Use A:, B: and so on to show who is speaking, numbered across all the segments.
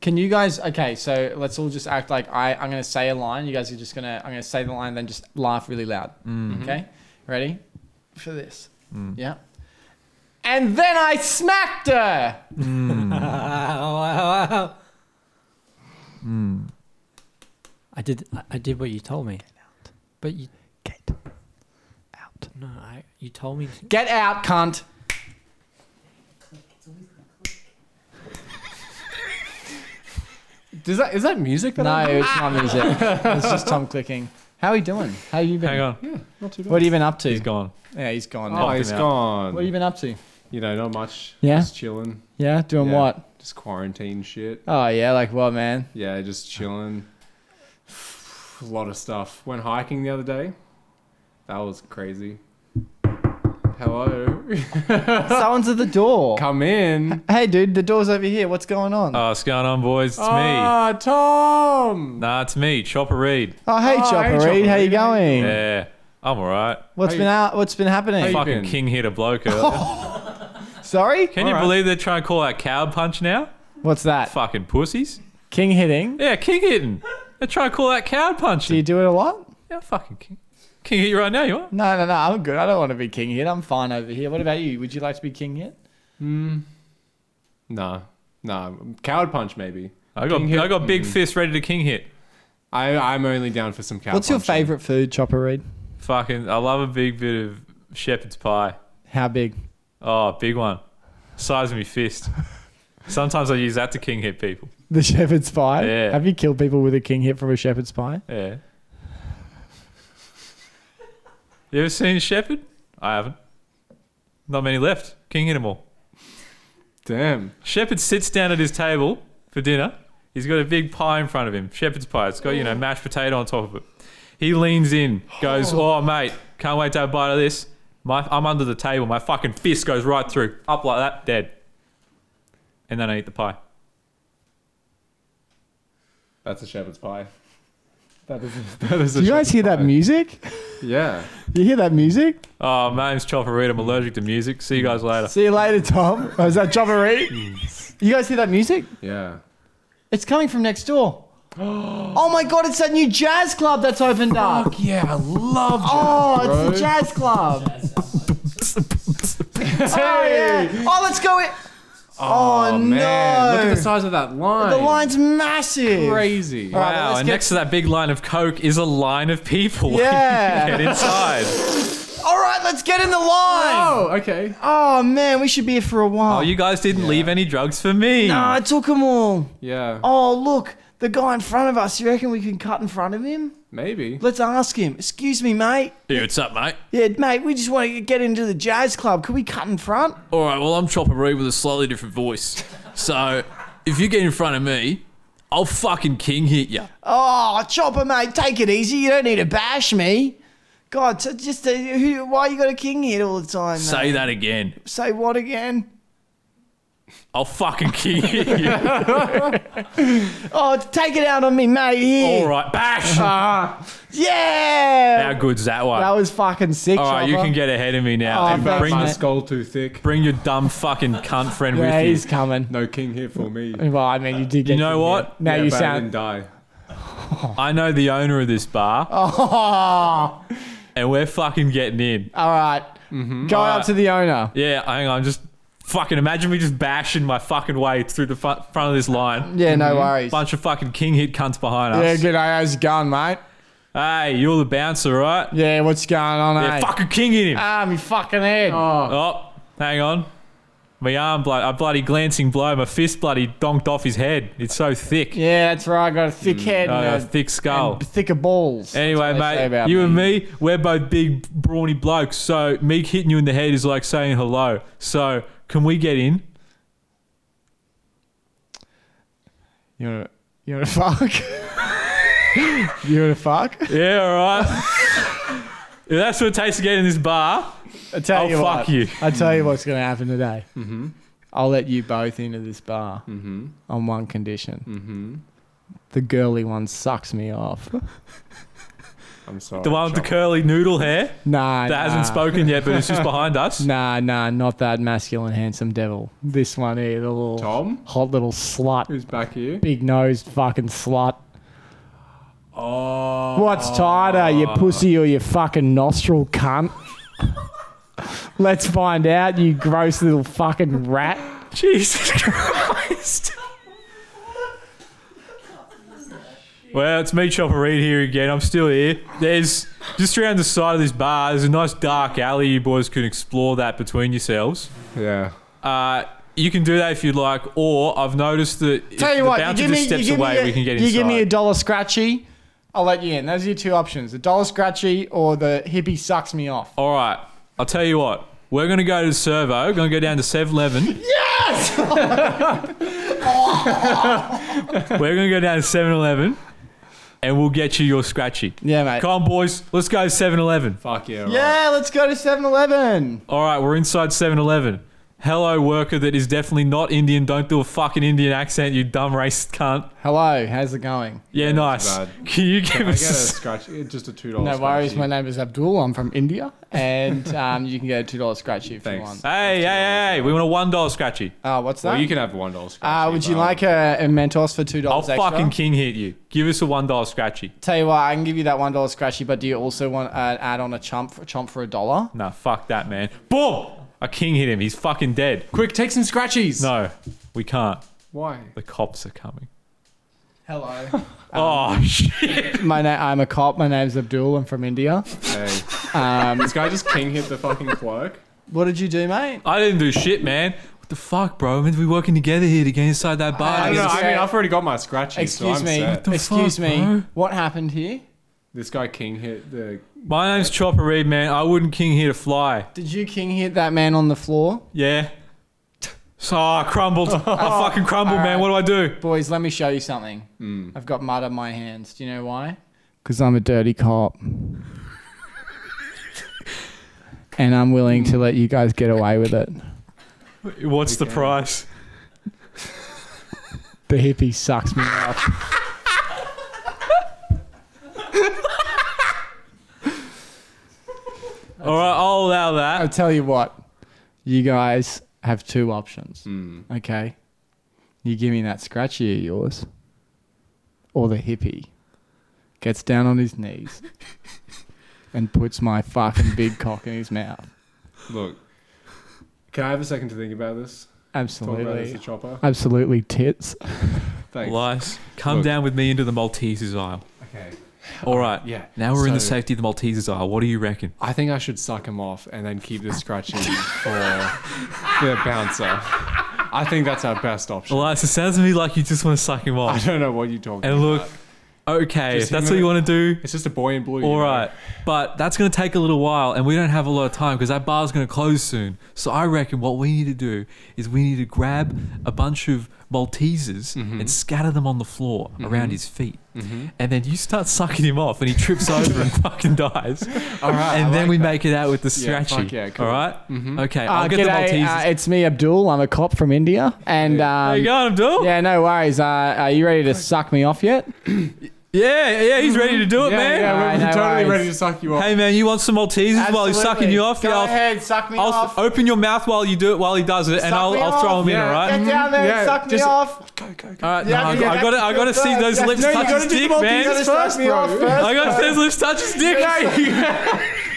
A: Can you guys? Okay, so let's all just act like I. I'm gonna say a line. You guys are just gonna. I'm gonna say the line, then just laugh really loud.
B: Mm-hmm.
A: Okay, ready for this?
B: Mm.
A: Yeah. And then I smacked her.
C: Oh,
B: Hmm.
C: I did. I- I did what you told me. But you get out. No, I. You told me.
A: Get out, cunt. Does that is that music? That
B: No,
A: no, it's not music. It's just Tom clicking. How are you doing? How you been?
B: Hang on.
D: Not too bad.
A: What have you been up to?
B: He's gone.
A: Yeah, he's gone.
D: Oh,
B: Knocked
D: he's
B: him out.
D: gone.
A: What have you been up to?
D: You know, not much.
A: Yeah?
D: Just chilling.
A: Yeah, doing
D: Yeah.
A: what?
D: Just quarantine shit.
A: Oh yeah, like what, man?
D: Yeah, just chilling. A lot of stuff. Went hiking the other day. That was crazy. Hello.
A: Someone's at the door.
D: Come in.
A: Hey, dude, the door's over here. What's going on?
B: Oh, what's going on, boys? It's me.
D: Ah, Tom.
B: Nah, it's me, Chopper Reed.
A: oh, hey,
D: oh, hey,
A: Chopper
D: Chopper
A: Reed, how you
D: Reed, how you
A: going?
B: Yeah, I'm all right.
A: What's
D: Hey.
A: been out? What's been happening?
D: Hey.
B: Fucking
D: been? Oh,
B: king hit a bloke earlier.
A: Sorry,
B: Can you
D: All right.
B: believe they're trying to call out cow punch now?
A: what's that?
B: Fucking pussies.
A: King hitting.
B: Yeah, king hitting. They're trying to call out cow
A: Do you
B: punching.
A: do it a lot?
B: Yeah, fucking king. King hit you right now, you want?
A: No, no, no. I'm good. I don't want to be king hit. I'm fine over here. What about you? Would you like to be king hit?
D: Nah. Nah. Coward punch, maybe.
B: I got,
D: King hit-
B: I got big fist ready to king hit.
D: I, I'm only down for some coward
A: what's your
D: punching.
A: favorite food, Chopper Reed?
B: Fucking, I love a big bit of shepherd's pie.
A: How big?
B: Oh, big one. Size of my fist. Sometimes I use that to king hit people.
A: The shepherd's pie.
B: Yeah.
A: Have you killed people with a king hit from a shepherd's pie?
B: Yeah. You ever seen a shepherd? I haven't. Not many left. King hit 'em all.
D: Damn.
B: Shepherd sits down at his table for dinner. He's got a big pie in front of him. Shepherd's pie. It's got, you know, mashed potato on top of it. He leans in, goes, Oh, mate, can't wait to have a bite of this. My, I'm under the table. My fucking fist goes right through. Up like that, dead. And then I eat the pie.
D: That's a shepherd's pie. That is a, that is a
A: Do you guys
D: shepherd's
A: hear that
D: pie.
A: music?
D: Yeah.
A: You hear that music?
B: Oh, my name's Chopper Reed. I'm allergic to music. See you guys later.
A: See you later, Tom. Oh, is that Chopper Reed? you guys hear that music?
D: Yeah.
A: It's coming from next door. oh my god, it's that new jazz club that's opened up.
D: Yeah, I love
A: Oh,
D: bro.
A: it's the jazz club. oh, yeah. oh, let's go. In. Oh,
D: Oh,
A: no.
D: man. Look at the size of that line.
A: The line's massive.
D: crazy.
A: All right, well,
B: Wow,
A: let's
B: and
A: get-
B: next to that big line of Coke is a line of people.
A: Yeah.
B: Get inside.
A: All right, let's get in the line.
D: Oh, okay.
A: Oh, man, we should be here for a while.
B: Oh, you guys didn't leave any drugs for me.
A: No, I took them all.
D: Yeah.
A: Oh, look, the guy in front of us. You reckon we can cut in front of him?
D: Maybe.
A: Let's ask him. Excuse me, mate.
B: Hey, what's up, mate?
A: Yeah, mate, we just want to get into the jazz club. Can we cut in front?
B: All right, well, I'm Chopper Reed with a slightly different voice. So if you get in front of me, I'll fucking king hit you.
A: Oh, Chopper, mate, take it easy. You don't need to bash me. God, t- just uh, who, why you got a king hit all the time? mate?
B: Say that again.
A: Say what again?
B: I'll fucking king hit you.
A: Oh, take it out on me, mate. Here. Ah.
B: All right, bash. How
A: Yeah.
B: good's that one?
A: that was fucking sick.
B: All right, you
A: Chopper.
B: can get ahead of me now.
A: Oh,
B: and
A: thanks,
B: bring,
D: My
A: mate.
D: skull too thick.
B: bring your dumb fucking cunt friend
A: Yeah,
B: with you.
A: he's coming.
D: No king here for me.
A: Well, I mean, you did. Get
B: You know
A: king hit.
B: what?
A: Now
D: Yeah,
A: you
D: but I
A: sound.
D: didn't die.
B: I know the owner of this bar.
A: Oh,
B: and we're fucking getting in.
A: all right. Go
B: Mm-hmm. All
A: out
B: right.
A: to the owner.
B: Yeah, hang on, just fucking imagine me just bashing my fucking way through the fu- front of this line.
A: Yeah, no worries.
B: Bunch of fucking king hit cunts behind
A: Yeah,
B: Mm-hmm. us.
A: good. How's it going, mate?
B: hey, you're the bouncer, right?
A: Yeah, what's going on,
B: Yeah,
A: eh?
B: fucking king hit him.
A: Ah, me fucking head.
D: Oh,
B: oh, hang on. My arm, blood, a bloody glancing blow. My fist, bloody donked off his head. It's so thick.
A: Yeah, that's right. I got a thick head
B: Oh, a
A: and, a,
B: thick skull.
A: and thicker balls.
B: Anyway,
A: That's what they say
B: mate,
A: about
B: you and me, we're both big, brawny blokes. So me hitting you in the head is like saying hello. So can we get in?
A: You wanna, you wanna fuck? you wanna fuck?
B: Yeah, all right. if that's what it takes to get in this bar,
A: I tell
B: I'll
A: you
B: Oh, fuck
A: what.
B: you.
A: I tell you what's gonna happen today. Mm-hmm. I'll let you both into this bar on one
D: mm-hmm.
A: condition. Mm-hmm. The girly one sucks me off.
D: I'm sorry.
B: The one with the
D: Chubb.
B: curly noodle hair
A: Nah,
B: that hasn't spoken yet, but it's just behind us.
A: Nah, nah, not that masculine, handsome devil. This one here, the little
D: Tom,
A: hot little slut,
D: who's back here.
A: big nosed fucking slut.
D: Oh.
A: What's tighter, your pussy or your fucking nostril cunt? Let's find out, you gross little fucking rat.
B: Jesus Christ. Well, it's me, Chopper Reed, here again. I'm still here. There's just around the side of this bar, there's a nice dark alley. You boys can explore that between yourselves.
D: Yeah.
B: Uh, you can do that if you'd like, or I've noticed that if
A: Tell you
B: the
A: what, you
B: bouncer
A: give
B: just
A: me,
B: steps
A: you give
B: away,
A: me a,
B: we can get
A: you
B: inside.
A: give me a dollar scratchy, I'll let you in. Those are your two options: the dollar scratchy or the hippie sucks me off.
B: All right, I'll tell you what. We're going to go to the servo. We're going to go down to 7-Eleven. Yes! We're going to go down to 7-Eleven, and we'll get you your scratchy.
A: Yeah, mate.
B: Come on, boys. Let's go 7 Eleven.
D: Fuck yeah. Right.
A: Yeah, let's go to 7-Eleven.
B: All right, we're inside 7 Eleven. Hello, worker that is definitely not Indian. Don't do a fucking Indian accent, you dumb racist cunt.
A: Hello, how's it going?
B: Yeah, nice.
D: bad.
B: Can you give
D: Can I get a
B: us.
D: scratch? eh, Just a two dollars.
A: No worries, my name is Abdul. I'm from India, and um, you can get a two dollar scratchy if you
D: Thanks.
A: want.
B: Hey, hey, hey, hey, we want a one dollar scratchy.
A: Uh, what's that?
D: Well, you can have one dollar.
A: uh, would you like a, a Mentos for two
B: I'll
A: dollars extra?
B: fucking king hit you. Give us a one dollar scratchy.
A: Tell you what, I can give you that one dollar scratchy, but do you also want to add on a chump for, chomp for a dollar?
B: Nah, fuck that, man. Boom! A king hit him. He's fucking dead.
D: Quick, take some scratchies.
B: No, we can't.
D: Why?
B: The cops are coming.
A: Hello.
D: Um,
B: oh, shit.
A: my na- I'm a cop. My name's Abdul. I'm from India.
D: Hey,
A: Um,
D: this guy just king hit the fucking clerk.
A: what did you do, mate?
B: I didn't do shit, man. What the fuck, bro? We're meant to be working together here to get inside that bar.
A: I
D: I
B: to
D: don't
B: get
D: know.
A: just-
D: I mean, I've already got my scratchies.
A: Excuse
D: so I'm
A: me.
D: Set.
B: the
A: Excuse
B: fuck,
A: me.
B: bro?
A: What happened here?
D: This guy king hit the.
B: My name's Chopper Reed, man. I wouldn't king here to fly.
A: Did you king hit that man on the floor?
B: Yeah. So I crumbled. I fucking crumbled, man. What do I do?
A: Boys, let me show you something. I've got mud on my hands. Do you know why? Because Hmm. I'm a dirty cop. and I'm willing to let you guys get away with it.
B: What's the price?
A: The hippie sucks me off.
B: All right, I'll allow
A: I'll
B: that.
A: tell you what. You guys have two options.
B: Hmm.
A: Okay? You give me that scratchy of yours, or the hippie gets down on his knees and puts my fucking big cock in his mouth.
D: Look. Can I have a second to think about this? Talk about this,
A: Absolutely.
D: the chopper.
A: Absolutely tits.
D: Thanks.
B: Lice, come
D: Look.
B: down with me into the Maltesers aisle.
D: Okay.
B: All right.
D: yeah.
B: Now we're in the
D: So-
B: safety of the Maltesers aisle. What do you reckon?
D: I think I should suck him off and then keep the scratching for the bouncer. I think that's our best option.
B: Elias, it sounds to me like you just want to suck
D: I
B: him off.
D: don't know what you're talking
B: And
D: about.
B: look, okay,
D: Just
B: if that's
D: him
B: what you
D: and-
B: want to do,
D: It's just a boy in blue. you
B: All
D: know.
B: right, but that's going to take a little while, and we don't have a lot of time because that bar's going to close soon. So I reckon what we need to do is we need to grab a bunch of Maltesers
D: Mm-hmm.
B: and scatter them on the floor around his feet, and then you start sucking him off, and he trips over and fucking dies.
D: All right.
B: and
D: I
B: then
D: like
B: we
D: that.
B: make it out with the
D: Yeah,
B: scratchy.
D: fuck yeah, cool. Mm-hmm.
B: All right? Okay, I'll
A: Uh,
B: get the
A: g'day,
B: Maltesers.
A: uh, it's me, Abdul. I'm a cop from India. And
B: there you
A: um,
B: go, Abdul. Yeah,
A: yeah, no worries. Uh, are you ready to suck me off yet?
B: yeah, he's ready to do it,
D: Yeah,
B: man.
D: yeah, we're,
A: Alright,
D: we're
A: no
D: totally
A: worries.
D: ready to suck you off.
B: Hey, man, you want some Maltesers while he's sucking
A: Absolutely.
B: you off?
A: Go
B: Yeah, I'll-
A: ahead, suck me
B: I'll
A: off.
B: open your mouth while you do it while he does it, and
A: Suck
B: I'll,
A: me
B: I'll throw
A: off.
B: him in.
D: Yeah.
B: All right.
A: Get down there,
D: Yeah,
A: suck
D: just-
A: me off.
B: All right.
A: Yeah,
B: no, I,
A: yeah,
B: I gotta,
A: that's
B: I gotta
A: good.
B: see those
A: Yeah,
B: lips
A: no, you
B: touch
A: gotta
B: his
A: do
B: dick,
A: Maltesers
B: man.
A: first, Suck me bro. off first,
B: I gotta see those lips touch his dick.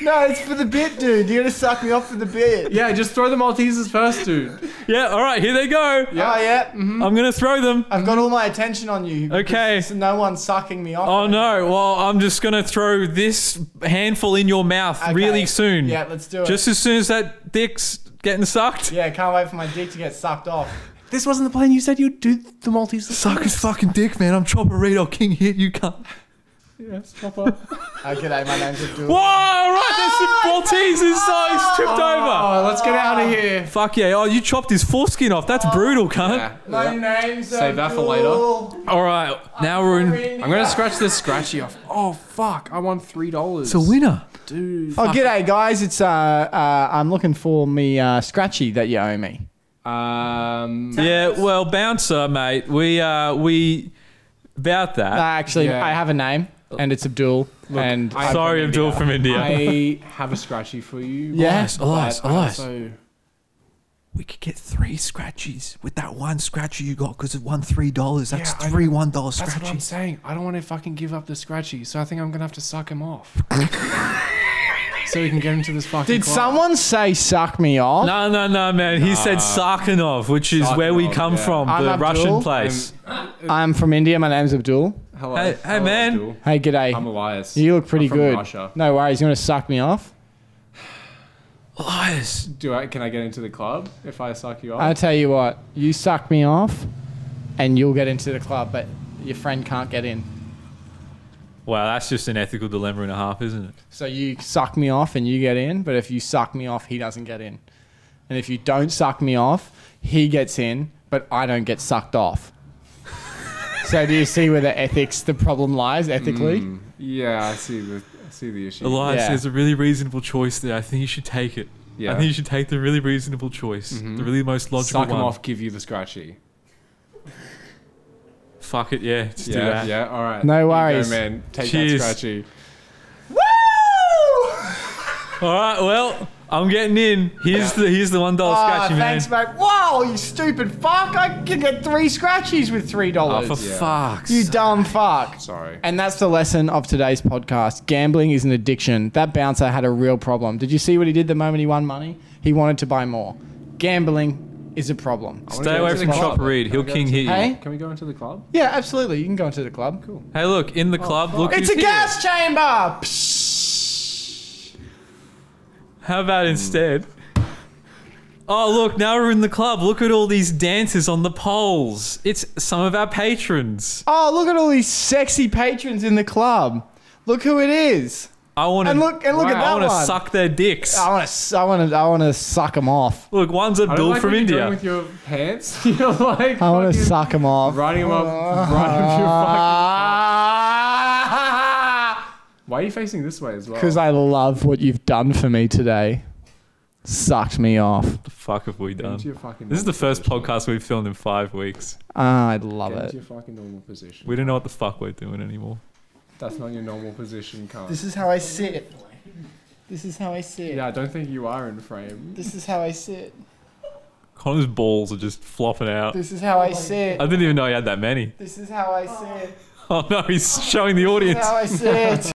A: No, it's for the bit, dude. You're gonna suck me off for the bit.
D: Yeah, just throw the Maltesers first, dude.
B: Yeah. All right. Here they go.
A: Yeah, yeah. mhm.
B: I'm gonna throw them.
A: I've got all my attention on you. because
B: Okay.
A: there's No one's sucking me off.
B: Oh no. Well, I'm just gonna throw this handful in your mouth
A: Okay.
B: really soon.
A: Yeah, let's do it.
B: Just as soon as that dick's getting sucked.
A: yeah, can't wait for my dick to get sucked off.
D: This wasn't the plan. You said you'd do the Maltesers.
B: Suck his fucking dick, man. I'm Chopper Reed. I'll king hit you, cunt.
D: Yes, Chopper.
A: Uh, g'day, my name's Abdul.
B: Whoa! All right, that's the Maltesers. So he's tripped over.
D: oh, let's get out of here.
B: Fuck yeah. Oh, you chopped his foreskin off. That's brutal, cunt.
A: My name's
D: Save that for
A: Abdul.
B: All right. Now we're in.
D: I'm gonna scratch this scratchy off. Oh fuck! I won three dollars.
B: It's a winner.
D: dude.
A: Oh, g'day, guys. It's uh, uh I'm looking for me uh, scratchy that you owe me.
D: Um,
B: Yeah, well, bouncer, mate. We uh, we about
A: Uh,
B: that.
A: actually,
D: Yeah.
A: I have a name. and it's Abdul. and
D: I-
B: Sorry,
D: from
B: Abdul
D: India.
B: from India.
D: I have a scratchy for you.
A: Yes,
D: but
C: Elias,
D: I
C: Elias.
D: also-
E: We could get three scratchies with that one scratchy you got because it won three dollars. That's
D: Yeah, I-
E: three one dollar
D: That's what I'm
E: scratchies.
D: saying. I don't want to fucking give up the scratchy, so I think I'm gonna have to suck him off. so we can get into this fucking.
A: did
D: club.
A: someone say suck me off?
B: No, no, no, man. He said Sarkinov, which is where we
D: Sarkinov,
B: come
D: yeah.
B: from,
A: I'm
B: the
A: Abdul.
B: Russian place.
A: I'm from India. My name's Abdul.
D: Um, Hello.
B: Hey- hey,
D: Hello,
B: man.
D: Abdul.
A: Hey, g'day.
D: I'm Elias.
A: you look pretty
D: I'm from
A: good.
D: Russia.
A: No worries. You want to suck me off?
C: Lies.
D: Do I? Can I get into the club if I suck you off?
A: I tell you what, you suck me off, and you'll get into the club, but your friend can't get in.
B: wow, that's just an ethical dilemma and a half, isn't it?
A: So you suck me off and you get in, but if you suck me off, he doesn't get in. And if you don't suck me off, he gets in, but I don't get sucked off. so do you see where the ethics, the problem lies ethically?
D: yeah, I see the I see the issue.
B: Elias,
A: Yeah.
B: there's a really reasonable choice there. I think you should take it.
D: Yeah.
B: I think you should take the really reasonable choice, the really most logical
D: Suck him
B: one.
D: off, give you the scratchy.
B: Fuck it, yeah, just do
D: Yeah,
B: that.
D: yeah, all right.
A: No
D: You go,
A: worries.
D: man. Take
B: Cheers.
D: that scratchy.
B: All right, well, I'm getting in. Here's the here's the one dollar scratchy, man.
A: thanks, mate. Wow, you stupid fuck. I can get three scratchies with $3.
B: Oh, for
D: Yeah.
B: fuck's
A: you dumb fuck.
D: Sorry.
A: And that's the lesson of today's podcast. Gambling is an addiction. That bouncer had a real problem. Did you see what he did the moment he won money? He wanted to buy more. Gambling is a problem.
D: I wanna
B: Stay
D: go
B: away
D: into
B: from
D: the club.
B: Chopper
D: Can
B: Reed.
D: we
B: He'll
D: go
B: king
D: into-
B: hit you.
A: Hey?
D: Can we go into the club?
A: Yeah, absolutely. You can go into the club. Cool.
B: Hey, look, in the club, look.
A: It's a
B: who's here.
A: gas chamber. Pssh.
B: How about instead? Oh, look, now we're in the club. Look at all these dancers on the poles. It's some of our patrons.
A: Oh, look at all these sexy patrons in the club. Look who it is.
B: I want to
A: And look- and look at that
B: I want
A: one.
B: to suck their dicks.
A: I want to. I want to. I want to suck him off.
B: Look, one's
D: I don't
B: Abdul
D: like
B: from
D: what you're doing
B: India.
D: With your pants, you're like.
A: I want to
D: fucking
A: suck him off.
D: Running him up, running up your fucking. Why are you facing this way as well?
A: Because I love what you've done for me today. Sucked me off.
B: the fuck have we
D: Into
B: done?
D: your fucking
B: This is the
D: normal
B: first
D: position.
B: podcast we've filmed in five weeks.
A: Ah, I love
D: Get into
A: it.
D: your fucking normal position.
B: We don't know what the fuck we're doing anymore.
D: That's not your normal position, cunt.
A: This is how I sit. This is how I sit.
D: yeah, I don't think you are in frame.
A: This is how I sit.
B: Connor's balls are just flopping out.
A: This is how I sit.
B: I didn't even know he had that many.
A: This is how I sit.
B: Oh no, he's showing the audience.
A: This is how I sit.